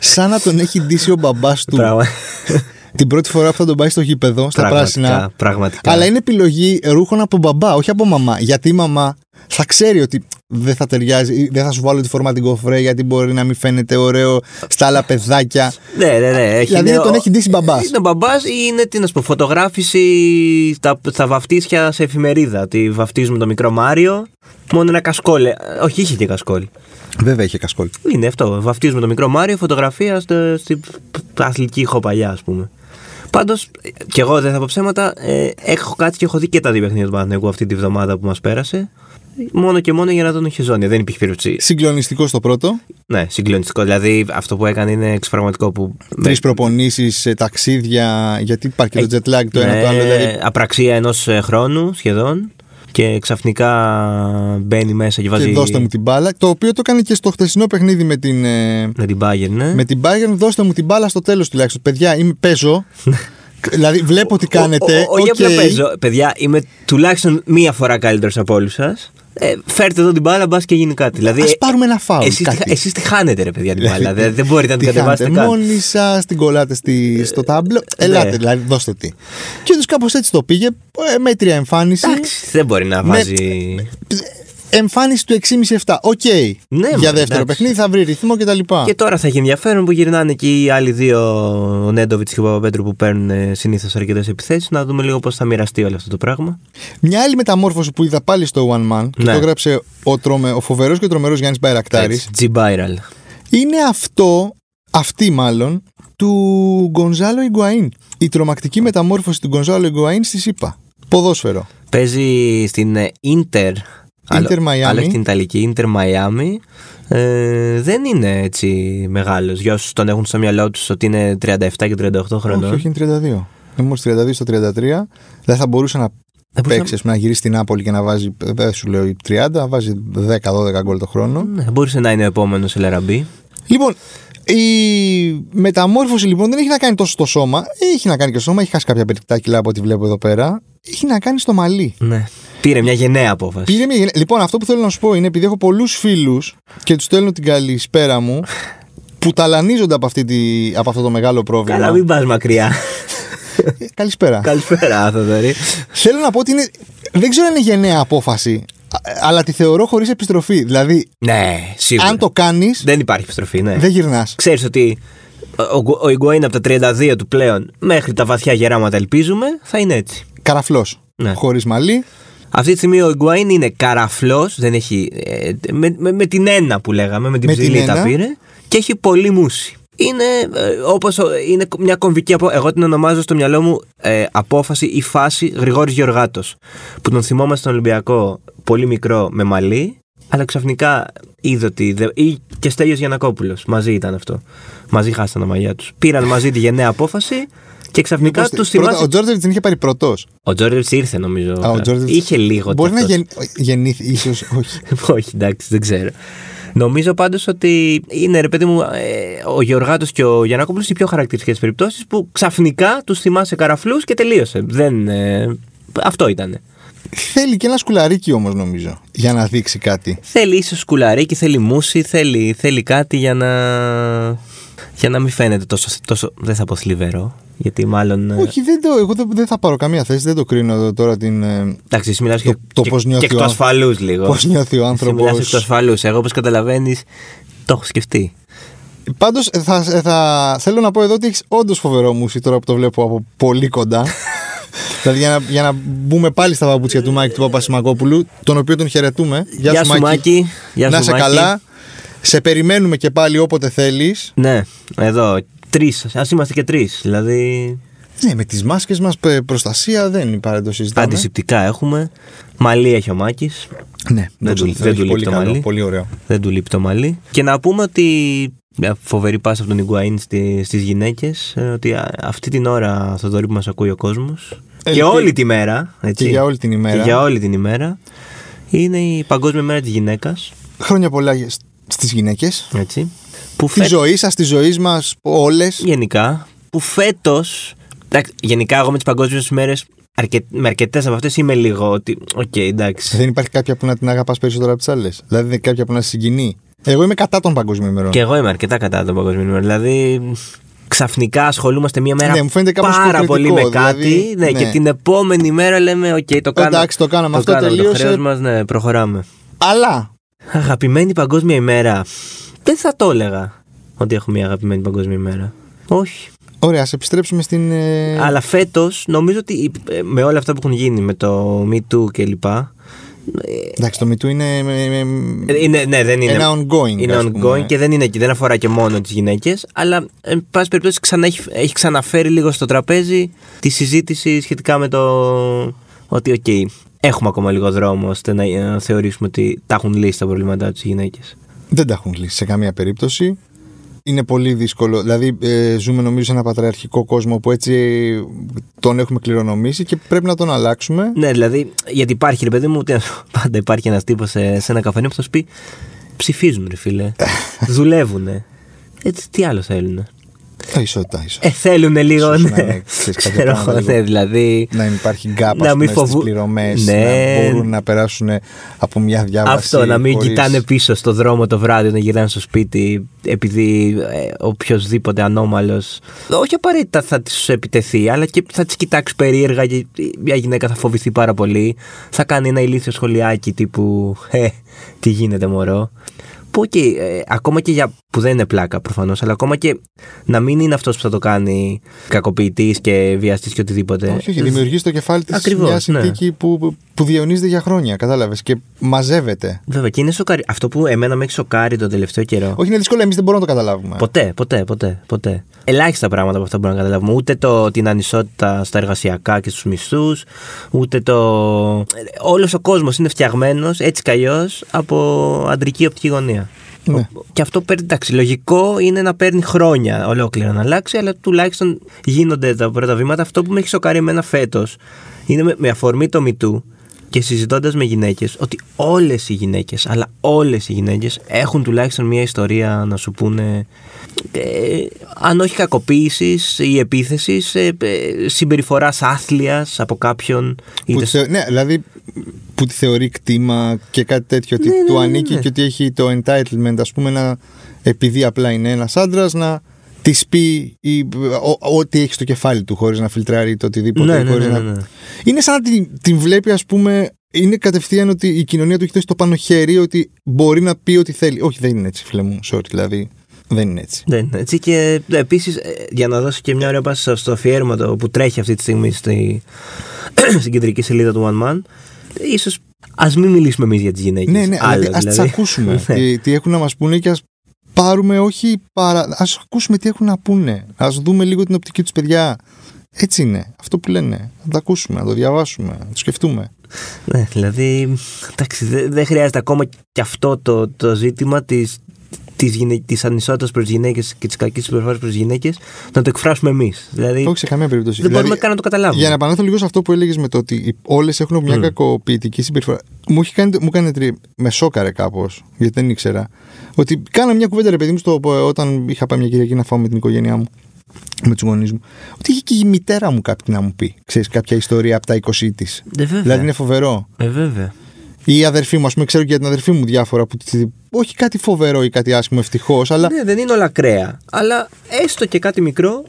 A: σαν να τον έχει ντύσει ο μπαμπάς του
B: Πραγμα-
A: την πρώτη φορά που θα τον πάει στο γήπεδο, στα
B: πραγματικά,
A: πράσινα.
B: Πραγματικά.
A: Αλλά είναι επιλογή ρούχων από μπαμπά, όχι από μαμά. Γιατί η μαμά θα ξέρει ότι δεν θα ταιριάζει, ή δεν θα σου βάλω τη φορμά την κοφρέ, γιατί μπορεί να μην φαίνεται ωραίο στα άλλα παιδάκια.
B: Ναι, ναι, ναι. Έχει,
A: Δηλαδή
B: είναι
A: τον
B: ο-
A: έχει ντύσει μπαμπάς.
B: Είναι ο μπαμπάς ή είναι τι να σου πω, φωτογράφηση στα, στα βαφτίσια σε εφημερίδα. Τη βαφτίζουμε το μικρό Μάριο. Μόνο ένα κασκόλ. Ε, Όχι, είχε και κασκόλ.
A: Βέβαια είχε κασκόλ.
B: Είναι αυτό. Βαφτίζουμε το μικρό Μάριο, φωτογραφία στο- στην αθλητική ηχοπαλιά, ας πούμε. Πάντως, κι εγώ δεν θα πω ψέματα, ε, έχω κάτσει και έχω δει και τα δύο παιχνίδια του Παναθηναϊκού αυτή τη βδομάδα που μας πέρασε. Μόνο και μόνο για να τον είχε ζώνη. Δεν υπήρχε περίπτωση.
A: Συγκλονιστικό στο πρώτο.
B: Ναι, συγκλονιστικό. Δηλαδή, αυτό που έκανε είναι εξωφραγματικό που.
A: Τρεις προπονήσεις, ε, ταξίδια. Γιατί υπάρχει και το jet lag το ένα
B: Ναι,
A: το άλλο. Δηλαδή
B: Απραξία ενός χρόνου σχεδόν. Και ξαφνικά μπαίνει μέσα και βάζει.
A: και δώστε μου την μπάλα. Το οποίο το έκανε και στο χτεσινό παιχνίδι με την, ε,
B: Με την Bayern, ναι.
A: με την Bayern. Δώστε μου την μπάλα στο τέλος τουλάχιστον. Παιδιά, είμαι παίζω. δηλαδή βλέπω τι κάνετε.
B: Ναι. Ο- ο- Όχι απλά
A: οκ.
B: παίζω. Παιδιά, είμαι τουλάχιστον μία φορά καλύτερος από όλους σας. Ε, φέρτε εδώ την μπάλα, μπας και γίνει κάτι. Δηλαδή,
A: Ας πάρουμε ένα φάουλ,
B: Εσείς
A: κάτι.
B: τη χάνετε, ρε παιδιά, την
A: Δηλαδή,
B: μπάλα. δεν, δεν μπορείτε να την
A: τη
B: κατεβάσετε
A: χάνετε
B: καν. Ε,
A: Μόνοι σας την κολλάτε στη, στο τάμπλο. Ελάτε,
B: ναι.
A: δηλαδή, δώστε τι. Και όντω κάπως έτσι το πήγε. ε, Μέτρια εμφάνιση. Ε,
B: Εντάξει, δεν μπορεί να βάζει.
A: Εμφάνιση του 6,5-7. Οκ.
B: Ναι, μα,
A: Για δεύτερο
B: εντάξει.
A: παιχνίδι θα βρει ρυθμό κτλ.
B: Και τώρα θα έχει ενδιαφέρον που γυρνάνε και οι άλλοι δύο, ο Νέντοβιτ και ο Παπαπέτρου, που παίρνουν ε, συνήθως αρκετές επιθέσεις. Να δούμε λίγο πώς θα μοιραστεί όλο αυτό το πράγμα.
A: Μια άλλη μεταμόρφωση που είδα πάλι στο One Man και
B: Ναι.
A: το έγραψε ο, τρομε, ο φοβερός και τρομερός Γιάννης Μπαϊρακτάρης.
B: G-Viral.
A: Είναι αυτό, αυτή μάλλον, του Γκονζάλο Ιγκουαΐν. Η τρομακτική μεταμόρφωση του Γκονζάλο Ιγκουαΐν στη ΣΥΠΑ. Ποδόσφαιρο.
B: Παίζει στην ε, Inter.
A: Inter
B: άλλο-
A: Miami.
B: Άλλο έχει την Ιταλική, Inter Miami. Ε, δεν είναι έτσι μεγάλος. Για όσους τον έχουν στο μυαλό τους ότι είναι 37 και 38 χρονών.
A: Όχι, όχι, είναι 32. Είναι μόλι 32 στο 33. Δεν θα μπορούσε να
B: Θα μπορούσε
A: παίξεις, ας πούμε, να γυρίσεις στην Νάπολη και να βάζει, δεν σου λέω 30, βάζει 10-12 γκολ το χρόνο.
B: Ναι, θα μπορούσε να είναι ο επόμενος Ελαραμπή.
A: Λοιπόν, η μεταμόρφωση λοιπόν δεν έχει να κάνει τόσο στο σώμα. Έχει να κάνει και στο σώμα, έχει χάσει κάποια περιττά κιλά από ό,τι βλέπω εδώ πέρα. Έχει να κάνει στο μαλλί.
B: Ναι. Πήρε μια γενναία απόφαση.
A: Πήρε μια γενε- Λοιπόν, αυτό που θέλω να σου πω είναι επειδή έχω πολλούς φίλους και τους στέλνω την καλησπέρα μου που ταλανίζονται από, αυτή τη... από αυτό το μεγάλο πρόβλημα.
B: Καλά, μην πας μακριά.
A: Ε, καλησπέρα.
B: Καλησπέρα, Θοδωρή.
A: Θέλω να πω ότι είναι. Δεν ξέρω αν είναι γενναία απόφαση, α- αλλά τη θεωρώ χωρίς επιστροφή. Δηλαδή,
B: Ναι, σίγουρα.
A: αν το κάνεις,
B: Δεν υπάρχει επιστροφή, ναι.
A: δεν γυρνάς.
B: Ξέρεις ότι ο- ο, ο Ιγκουαΐν από τα 32 του πλέον μέχρι τα βαθιά γεράματα, ελπίζουμε, θα είναι έτσι.
A: Καραφλός.
B: Ναι.
A: Χωρίς μαλλί.
B: Αυτή τη στιγμή ο Ιγκουαΐν είναι καραφλός, δεν έχει. ε, με, με, με την ένα που λέγαμε, με την
A: Με
B: ψηλή
A: την
B: τα
A: ένα.
B: πήρε και έχει πολύ μουσι. Είναι ε, όπως ο- είναι μια κομβική απο... Εγώ την ονομάζω στο μυαλό μου ε, απόφαση ή φάση Γρηγόρης Γεωργάτος που τον θυμόμαστε στον Ολυμπιακό πολύ μικρό με μαλλί αλλά ξαφνικά είδε ότι δε- ή και Στέλιος Γιανακόπουλος μαζί ήταν αυτό μαζί χάσανε τα μαλλιά τους πήραν μαζί τη γενναία απόφαση και ξαφνικά
A: Πώς-
B: τους
A: πρώτα,
B: θυμάσαι
A: Ο Τζόρτεβιτ την είχε πάρει πρωτό.
B: ο Τζόρτεβιτ ήρθε νομίζω.
A: ο Τζόρτεβιτς-
B: Είχε λίγο.
A: Μπορεί να
B: ταυτός.
A: γεν... γεννήθη, ίσως όχι.
B: Όχι, εντάξει, δεν ξέρω. Νομίζω πάντως ότι είναι ρε παιδί μου, ε, ο Γεωργάτος και ο Γιαννάκοπουλος οι πιο χαρακτηριστικές περιπτώσεις που ξαφνικά τους θυμάσαι καραφλούς και τελείωσε. Δεν, ε, αυτό ήταν.
A: Θέλει και ένα σκουλαρίκι όμως, νομίζω, για να δείξει κάτι.
B: Θέλει ίσως σκουλαρίκι, θέλει μουσι, θέλει, θέλει κάτι για να. Για να μην φαίνεται τόσο. τόσο δεν θα πω θλιβερό. Γιατί μάλλον. ε,
A: Όχι, δεν το, εγώ δεν- δεν θα πάρω καμία θέση, δεν το κρίνω εδώ τώρα την. ε,
B: Εντάξει, εσύ μιλάς
A: Το-
B: και,
A: το
B: και,
A: πώς νιώθει
B: και
A: ο
B: εκ του
A: άνθρωπος.
B: ασφαλού λίγο.
A: Πώς νιώθει ο
B: Εσύ
A: άνθρωπος.
B: μιλάς εκ του ασφαλού. Εγώ, όπως καταλαβαίνεις, το έχω σκεφτεί.
A: Πάντως, ε, θα, θα, θέλω να πω εδώ ότι έχεις όντως φοβερό μουσί τώρα που το βλέπω από πολύ κοντά. δηλαδή, για να, για να μπούμε πάλι στα παπούτσια του Μάκη του Παπασημακόπουλου, τον οποίο τον χαιρετούμε. Γεια,
B: Γεια σου, Μάκη. Γεια
A: να
B: σου,
A: σε
B: Μάκη.
A: καλά. Σε περιμένουμε και πάλι όποτε θέλεις.
B: Ναι, εδώ. Τρεις. Ας είμαστε και τρεις. Δηλαδή,
A: Ναι, με τις μάσκες μας προστασία δεν υπάρχει το συζητάμε.
B: αντισηπτικά έχουμε. Μαλλί έχει ο Μάκης.
A: Ναι,
B: Δεν του-
A: το συζητάω,
B: δεν
A: έχει
B: του
A: πολύ
B: λείπει το
A: καλό,
B: μαλλί.
A: Πολύ ωραίο.
B: Δεν του λείπει το μαλλί. Και να πούμε ότι. μια Φοβερή πάσα από τον Ιγκουαΐν στι στις γυναίκες ε, ότι α, αυτή την ώρα θα που μας ακούει ο κόσμος και
A: Ελπίζω-
B: όλη τη μέρα έτσι,
A: για όλη την ημέρα.
B: και για όλη την ημέρα είναι η Παγκόσμια Μέρα της Γυναίκας
A: Χρόνια πολλά στις γυναίκες.
B: έτσι. Που
A: Τη ζωή σας, τη ζωή μας, όλες.
B: γενικά, που φέτος. Γενικά, εγώ με τις παγκόσμιες μέρες, με αρκετές από αυτές είμαι λίγο ότι. Οκ, εντάξει.
A: Δεν υπάρχει κάποια που να την αγαπάς περισσότερο από τις άλλες. Δηλαδή, δεν κάποια που να σε συγκινεί. Εγώ είμαι κατά των παγκοσμίων ημερών.
B: Και εγώ είμαι αρκετά κατά των παγκοσμίων ημερών. Δηλαδή, ξαφνικά ασχολούμαστε μία μέρα
A: Ναι, μου φαίνεται κάπως
B: πάρα
A: υποκριτικό,
B: πολύ με κάτι.
A: δηλαδή,
B: ναι,
A: ναι.
B: και την επόμενη μέρα λέμε: Οκ, το κάναμε.
A: Εντάξει, το κάναμε αυτό,
B: κάναμε Το
A: τελείωσε.
B: χρέος μας, ναι, προχωράμε.
A: Αλλά
B: Αγαπημένη παγκόσμια ημέρα. Δεν θα το έλεγα ότι έχω μια αγαπημένη παγκόσμια ημέρα. Όχι.
A: Ωραία, ας επιστρέψουμε στην. ε,
B: Αλλά φέτος νομίζω ότι ε, με όλα αυτά που έχουν γίνει με το Me Too κλπ.
A: Εντάξει, το MeToo είναι. ε, ε,
B: ε, Είναι, ναι, δεν είναι.
A: Ένα ongoing,
B: Είναι
A: ας
B: ongoing
A: πούμε.
B: και δεν, είναι, και δεν αφορά και μόνο τις γυναίκες. Αλλά, εν πάση περιπτώσει, ξανά έχει, έχει ξαναφέρει λίγο στο τραπέζι τη συζήτηση σχετικά με το ότι, οκ, έχουμε ακόμα λίγο δρόμο ώστε να ε, θεωρήσουμε ότι τα έχουν λύσει τα προβλήματά τους οι γυναίκες.
A: Δεν τα έχουν λύσει σε καμία περίπτωση. Είναι πολύ δύσκολο. Δηλαδή, ε, ζούμε νομίζω σε ένα πατριαρχικό κόσμο που έτσι ε, τον έχουμε κληρονομήσει και πρέπει να τον αλλάξουμε.
B: Ναι, δηλαδή, γιατί υπάρχει, ρε παιδί μου, τι να σου πω, πάντα υπάρχει ένας τύπος σε, σε ένα καφενείο που θα σου πει ψηφίζουν, ρε φίλε. Δουλεύουν. Έτσι, τι άλλο θέλουν.
A: Ε, ισότητα, ισότητα.
B: Ε, θέλουν λίγο,
A: Ίσως να
B: ναι.
A: είναι, ξέρεις, κάποια
B: Ξέρω,
A: πράγματα λίγο.
B: ναι, δηλαδή.
A: Να υπάρχει gap
B: Να
A: να
B: μην
A: μην
B: φοβού-
A: στις πληρωμές,
B: Ναι.
A: να μπορούν να περάσουν από μια διάβαση.
B: Αυτό, να μην
A: χωρίς-
B: κοιτάνε πίσω στο δρόμο το βράδυ, να γυρνάνε στο σπίτι, επειδή ε, οποιοδήποτε ανώμαλος. Όχι απαραίτητα θα του επιτεθεί, αλλά και θα τι κοιτάξει περίεργα. Και μια γυναίκα θα φοβηθεί πάρα πολύ. Θα κάνει ένα ηλίθιο σχολιάκι τύπου Ε, τι γίνεται, μωρό. Που και ακόμα και για. που δεν είναι πλάκα προφανώς, αλλά ακόμα και να μην είναι αυτός που θα το κάνει κακοποιητής και βιαστής και οτιδήποτε.
A: Όχι, όχι, δημιουργείς στο κεφάλι της
B: Ακριβώς,
A: μιας
B: ναι.
A: συνθήκη που, που διαιωνίζεται για χρόνια, κατάλαβες. Και μαζεύεται.
B: Βέβαια, και είναι σοκαρι... αυτό που εμένα με έχει σοκάρει τον τελευταίο καιρό.
A: Όχι, είναι δύσκολο, εμείς δεν μπορούμε να το καταλάβουμε.
B: Ποτέ, ποτέ, ποτέ, ποτέ. Ελάχιστα πράγματα από αυτά μπορούμε να καταλάβουμε. Ούτε το, την ανισότητα στα εργασιακά και στους μισθούς, ούτε το. Όλος ο κόσμος είναι φτιαγμένος έτσι κι αλλιώς από αντρική οπτική γωνία.
A: Ναι.
B: Και αυτό παίρνει, εντάξει, λογικό είναι να παίρνει χρόνια ολόκληρα να αλλάξει, αλλά τουλάχιστον γίνονται τα πρώτα βήματα. Αυτό που με έχει σοκάρει εμένα φέτος είναι με, με αφορμή το μητού και συζητώντας με γυναίκες ότι όλες οι γυναίκες, αλλά όλες οι γυναίκες έχουν τουλάχιστον μία ιστορία να σου πούνε. Ε, αν όχι κακοποίησης ή επίθεσης, ε, ε, συμπεριφοράς άθλιας από κάποιον.
A: Που
B: είτε
A: τη θεω- Ναι, δηλαδή που τη θεωρεί κτήμα και κάτι τέτοιο,
B: Ναι,
A: ότι του ανήκει και ότι έχει το entitlement, ας πούμε, να, επειδή απλά είναι ένας άντρας, να τη πει η- ο- ό,τι έχει στο κεφάλι του, χωρίς να φιλτράρει το οτιδήποτε.
B: Ναι, ναι,
A: χωρίς
B: ναι,
A: να...
B: ναι, ναι.
A: Είναι σαν να την, την βλέπει, ας πούμε, είναι κατευθείαν ότι η κοινωνία του έχει δώσει το πάνω χέρι, ότι μπορεί να πει ό,τι θέλει. Όχι, δεν είναι έτσι, φίλε μου, sorry, δηλαδή. Δεν είναι έτσι.
B: Δεν είναι έτσι. Και επίση, για να δώσω και μια ωραία πάσα στο αφιέρωμα το- που τρέχει αυτή τη στιγμή στη, στην κεντρική σελίδα του One Man, ίσως ας μην μιλήσουμε εμείς για τις γυναίκες.
A: Ναι, ναι, αλλά ας
B: δηλαδή.
A: τις ακούσουμε
B: Ναι.
A: τι, τι έχουν να μας πούνε και ας πάρουμε όχι παρά... Ας ακούσουμε τι έχουν να πούνε, ας δούμε λίγο την οπτική τους παιδιά. Έτσι είναι, αυτό που λένε. Να το ακούσουμε, να το διαβάσουμε, να το σκεφτούμε.
B: Ναι, δηλαδή, εντάξει, δε- δεν χρειάζεται ακόμα και αυτό το, το ζήτημα της, της, γυναι- της ανισότητας προς τις γυναίκες και της κακής συμπεριφοράς προς τις γυναίκες να το εκφράσουμε εμείς. Δηλαδή,
A: Όχι σε καμία περίπτωση.
B: δεν
A: Δηλαδή,
B: μπορούμε καν να το καταλάβουμε.
A: Για να επανέλθω λίγο σε αυτό που έλεγες με το ότι όλες έχουν μια κακοποιητική συμπεριφορά. Μου είχε κάνει, μου έκανε τρι... με σόκαρε κάπως, γιατί δεν ήξερα. Ότι κάνα μια κουβέντα, ρε παιδί μου, στο, ε, όταν είχα πάει μια Κυριακή να φάω με την οικογένειά μου, με τους γονείς μου, ότι είχε και η μητέρα μου κάτι να μου πει. Ξέρεις, κάποια ιστορία από τα 20 της.
B: Ε, βέβαια.
A: Δηλαδή είναι φοβερό.
B: Ε, βέβαια.
A: Ή η αδερφή μου, ας πούμε, ξέρω και για την αδερφή μου διάφορα που. τη- Όχι κάτι φοβερό ή κάτι άσχημο, ευτυχώς, αλλά.
B: Ναι, δεν είναι όλα ακραία. Αλλά έστω και κάτι μικρό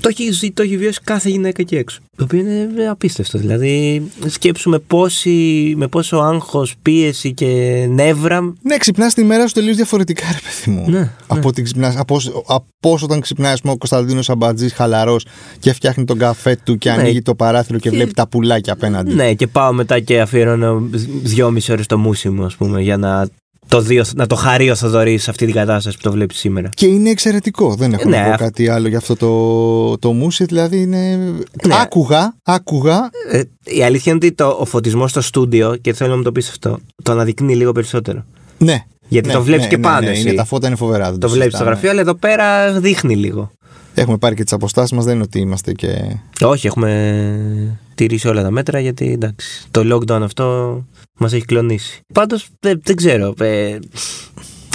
B: το έχει, ζει, το έχει βιώσει κάθε γυναίκα εκεί έξω. Το οποίο είναι ε, απίστευτο. Δηλαδή, σκέψου με, πόση, με πόσο άγχος, πίεση και νεύρα.
A: Ναι, ξυπνάς τη μέρα σου τελείως διαφορετικά, ρε παιδί μου.
B: Ναι,
A: από, ότι ξυπνάς, από, όσ- από όσο όταν ξυπνάει ας πούμε, ο Κωνσταντίνος Αμπατζή χαλαρός και φτιάχνει τον καφέ του και
B: Ναι.
A: ανοίγει το παράθυρο και βλέπει τα πουλάκια απέναντι.
B: Ναι, και πάω μετά και αφιερώνω δυόμιση ώρες το μουσί μου, ας πούμε, για να το, δει, ο- να το χαρεί ο Θοδωρή σε αυτή την κατάσταση που το βλέπεις σήμερα.
A: Και είναι εξαιρετικό. Δεν έχω
B: Ναι,
A: να πω
B: αυ-
A: κάτι άλλο για αυτό το, το μουσι. Δηλαδή είναι.
B: Ναι.
A: Άκουγα, άκουγα.
B: Ε, η αλήθεια είναι ότι το, ο φωτισμός στο στούντιο, και θέλω να μου το πεις αυτό, το αναδεικνύει λίγο περισσότερο.
A: Ναι.
B: Γιατί
A: ναι,
B: το βλέπεις
A: ναι,
B: και
A: ναι,
B: πάνω
A: ναι,
B: εσύ.
A: είναι, τα φώτα είναι φοβερά. δεν
B: Το βλέπεις στο
A: συζητάμε.
B: γραφείο, αλλά εδώ πέρα δείχνει λίγο.
A: Έχουμε πάρει και τις αποστάσεις μας, δεν είναι ότι είμαστε και.
B: Όχι, έχουμε τηρήσει όλα τα μέτρα γιατί εντάξει, το lockdown αυτό μας έχει κλονίσει. Πάντως δε- δεν, ξέρω. ε,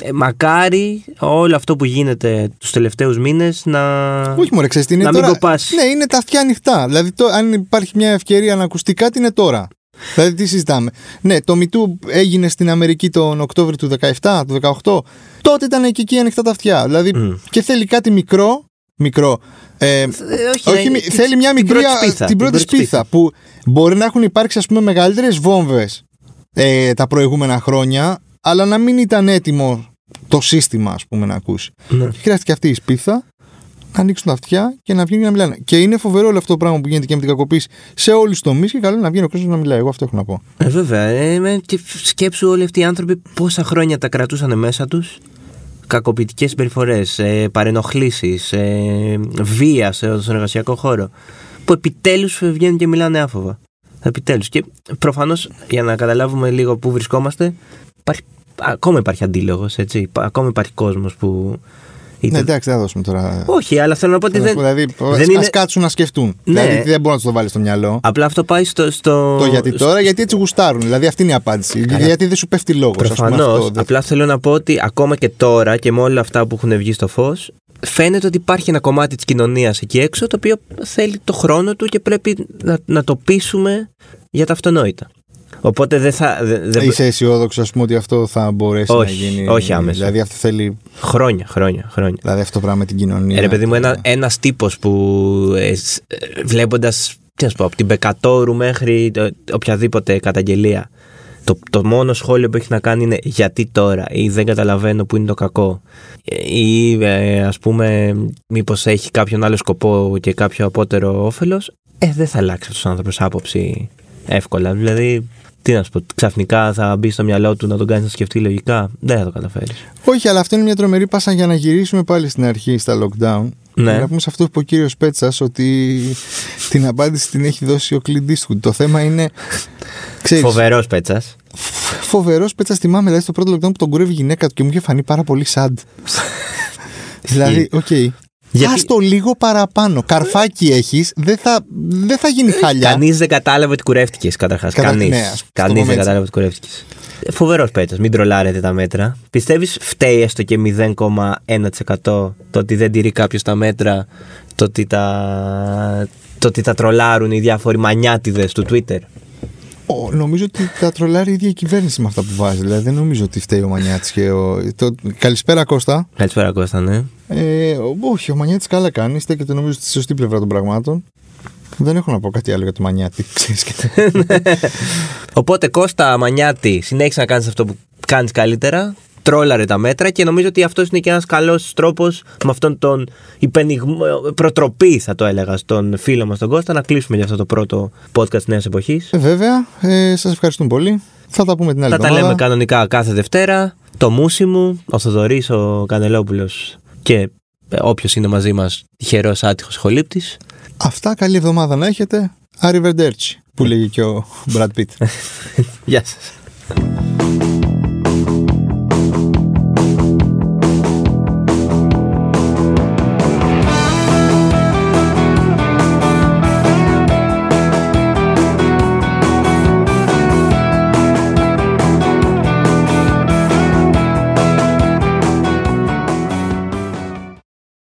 B: ε, μακάρι όλο αυτό που γίνεται τους τελευταίους μήνες να...
A: Όχι μωρέ, ξέρεις τι είναι
B: να
A: τώρα.
B: μην κοπάσει.
A: Ναι, είναι τα αυτιά ανοιχτά. Δηλαδή, το, αν υπάρχει μια ευκαιρία να ακουστεί κάτι, είναι τώρα. Δηλαδή, τι συζητάμε. Ναι, το MeToo έγινε στην Αμερική τον Οκτώβριο του 17, του 18. Τότε ήταν και εκεί ανοιχτά τα αυτιά. Δηλαδή,
B: Μμ.
A: και θέλει κάτι μικρό. Μικρό. Ε,
B: Ε, όχι,
A: όχι,
B: να-
A: μη-
B: την-
A: θέλει μια
B: την
A: μικρή.
B: πρώτη σπίθα,
A: την πρώτη σπίθα. Που μπορεί να έχουν υπάρξει, ας πούμε, μεγαλύτερες βόμβες ε, τα προηγούμενα χρόνια, αλλά να μην ήταν έτοιμο το σύστημα, ας πούμε, να ακούσει.
B: Ναι.
A: Και χρειάστηκε αυτή η σπίθα να ανοίξουν τα αυτιά και να βγαίνουν και να μιλάνε. Και είναι φοβερό όλο αυτό το πράγμα που γίνεται και με την κακοποίηση σε όλους τους τομείς και καλό είναι να βγαίνει ο κόσμος να μιλάει. Εγώ αυτό έχω να πω. Ναι,
B: Ε, βέβαια. Ε, με- και σκέψου όλοι αυτοί οι άνθρωποι πόσα χρόνια τα κρατούσαν μέσα τους. Κακοποιητικές συμπεριφορέ, ε, παρενοχλήσεις, ε, βία σε- στον εργασιακό χώρο. Που επιτέλους βγαίνουν και μιλάνε άφοβα. Επιτέλους. Και προφανώς για να καταλάβουμε λίγο πού βρισκόμαστε, υπάρχει, ακόμα υπάρχει αντίλογος, έτσι. Υπά- Ακόμα υπάρχει κόσμος που.
A: Ναι,
B: Ήταν...
A: εντάξει, δεν θα δώσουμε τώρα.
B: Όχι, αλλά θέλω να πω ότι δεν.
A: δηλαδή,
B: δεν
A: ας
B: είναι-
A: κάτσουν να σκεφτούν.
B: Ναι.
A: Δηλαδή, δεν μπορεί να τους το βάλεις στο μυαλό.
B: Απλά αυτό πάει στο. στο...
A: Το γιατί τώρα, γιατί έτσι γουστάρουν. Δηλαδή, αυτή είναι η απάντηση. Γιατί δεν σου πέφτει λόγος.
B: Προφανώ. Απλά θέλω να πω ότι ακόμα και τώρα και με όλα αυτά που έχουν βγει στο φως, φαίνεται ότι υπάρχει ένα κομμάτι της κοινωνίας εκεί έξω το οποίο θέλει το χρόνο του και πρέπει να, να το πείσουμε για τα αυτονόητα. Οπότε δεν θα. δε- δεν-
A: Είσαι αισιόδοξος, ας πούμε, ότι αυτό θα μπορέσει
B: Όχι,
A: να γίνει.
B: όχι άμεσα.
A: Δηλαδή, αυτό θέλει.
B: Χρόνια, χρόνια, χρόνια.
A: Δηλαδή, αυτό το πράγμα με την κοινωνία.
B: Ε, ρε παιδί μου, ένα ένας τύπος που ε, βλέποντας, τι να σου πω, από την Πεκατόρου μέχρι το- οποιαδήποτε καταγγελία, το, το μόνο σχόλιο που έχει να κάνει είναι γιατί τώρα ή δεν καταλαβαίνω που είναι το κακό ή ε, ας πούμε μήπως έχει κάποιον άλλο σκοπό και κάποιο απότερο όφελος, ε, δεν θα αλλάξει αυτός ο άνθρωπος άποψη εύκολα. Δηλαδή, τι να σου πω, ξαφνικά θα μπει στο μυαλό του να τον κάνεις να σκεφτεί λογικά. Δεν θα το καταφέρεις.
A: Όχι, αλλά αυτό είναι μια τρομερή πάσα για να γυρίσουμε πάλι στην αρχή στα lockdown.
B: Ναι.
A: Να πούμε σε αυτό που είπε ο κύριος Πέτσας ότι την απάντηση την έχει δώσει ο Clint Eastwood. Το θέμα είναι. Ξέρεις,
B: Φοβερός πέτσας.
A: Φοβερός πέτσας θυμάμαι, δηλαδή στο πρώτο lockdown που τον κουρεύει η γυναίκα του και μου είχε φανεί πάρα πολύ sad. δηλαδή, οκ. Okay.
B: Γιατί-
A: Άστο λίγο παραπάνω. Καρφάκι έχεις, δεν θα, δεν θα
B: Ε,
A: γίνει χαλιά.
B: Κανείς δεν κατάλαβε ότι κουρεύτηκες καταρχάς.
A: Κατα-
B: Κανείς.
A: ναι, ας πούμε,
B: Κανεί
A: στο
B: δεν
A: moment.
B: κατάλαβε ότι κουρεύτηκες. Φοβερός πέτσας. Μην τρολάρετε τα μέτρα. Πιστεύεις φταίει έστω και 0,1% το ότι δεν τηρεί κάποιος τα μέτρα, το ότι τα, το ότι τα τρολάρουν οι διάφοροι μανιάτιδες του Twitter.
A: Ο, νομίζω ότι τα τρολάρει η ίδια η κυβέρνηση με αυτά που βάζει. Δηλαδή, δεν νομίζω ότι φταίει ο Μανιάτης και ο. Το... Καλησπέρα, Κώστα.
B: Καλησπέρα, Κώστα, ναι.
A: Ε, ο- όχι, ο Μανιάτης καλά κάνει. Στέκεται νομίζω στη σωστή πλευρά των πραγμάτων. Δεν έχω να πω κάτι άλλο για το Μανιάτη. ξέρεις και-
B: Οπότε, Κώστα Μανιάτη, συνέχισε να κάνεις αυτό που κάνεις καλύτερα. Τρόλαρε τα μέτρα και νομίζω ότι αυτός είναι και ένας καλός τρόπος με αυτόν τον υπενιγμό, προτροπή, θα το έλεγα, στον φίλο μας τον Κώστα να κλείσουμε για αυτό το πρώτο podcast Νέας Εποχής.
A: Ε, Βέβαια, ε, σας ευχαριστούμε πολύ. Θα τα πούμε την άλλη
B: Θα τα
A: εβδομάδα.
B: λέμε κανονικά κάθε Δευτέρα. Το Μούσι μου, ο Θοδωρής, ο Κανελόπουλος και όποιος είναι μαζί μας τυχερό άτυχος χολύπτης.
A: Αυτά, καλή εβδομάδα να έχετε. Arrivederci, που λέγει και ο Brad Pitt.
B: Γεια σας.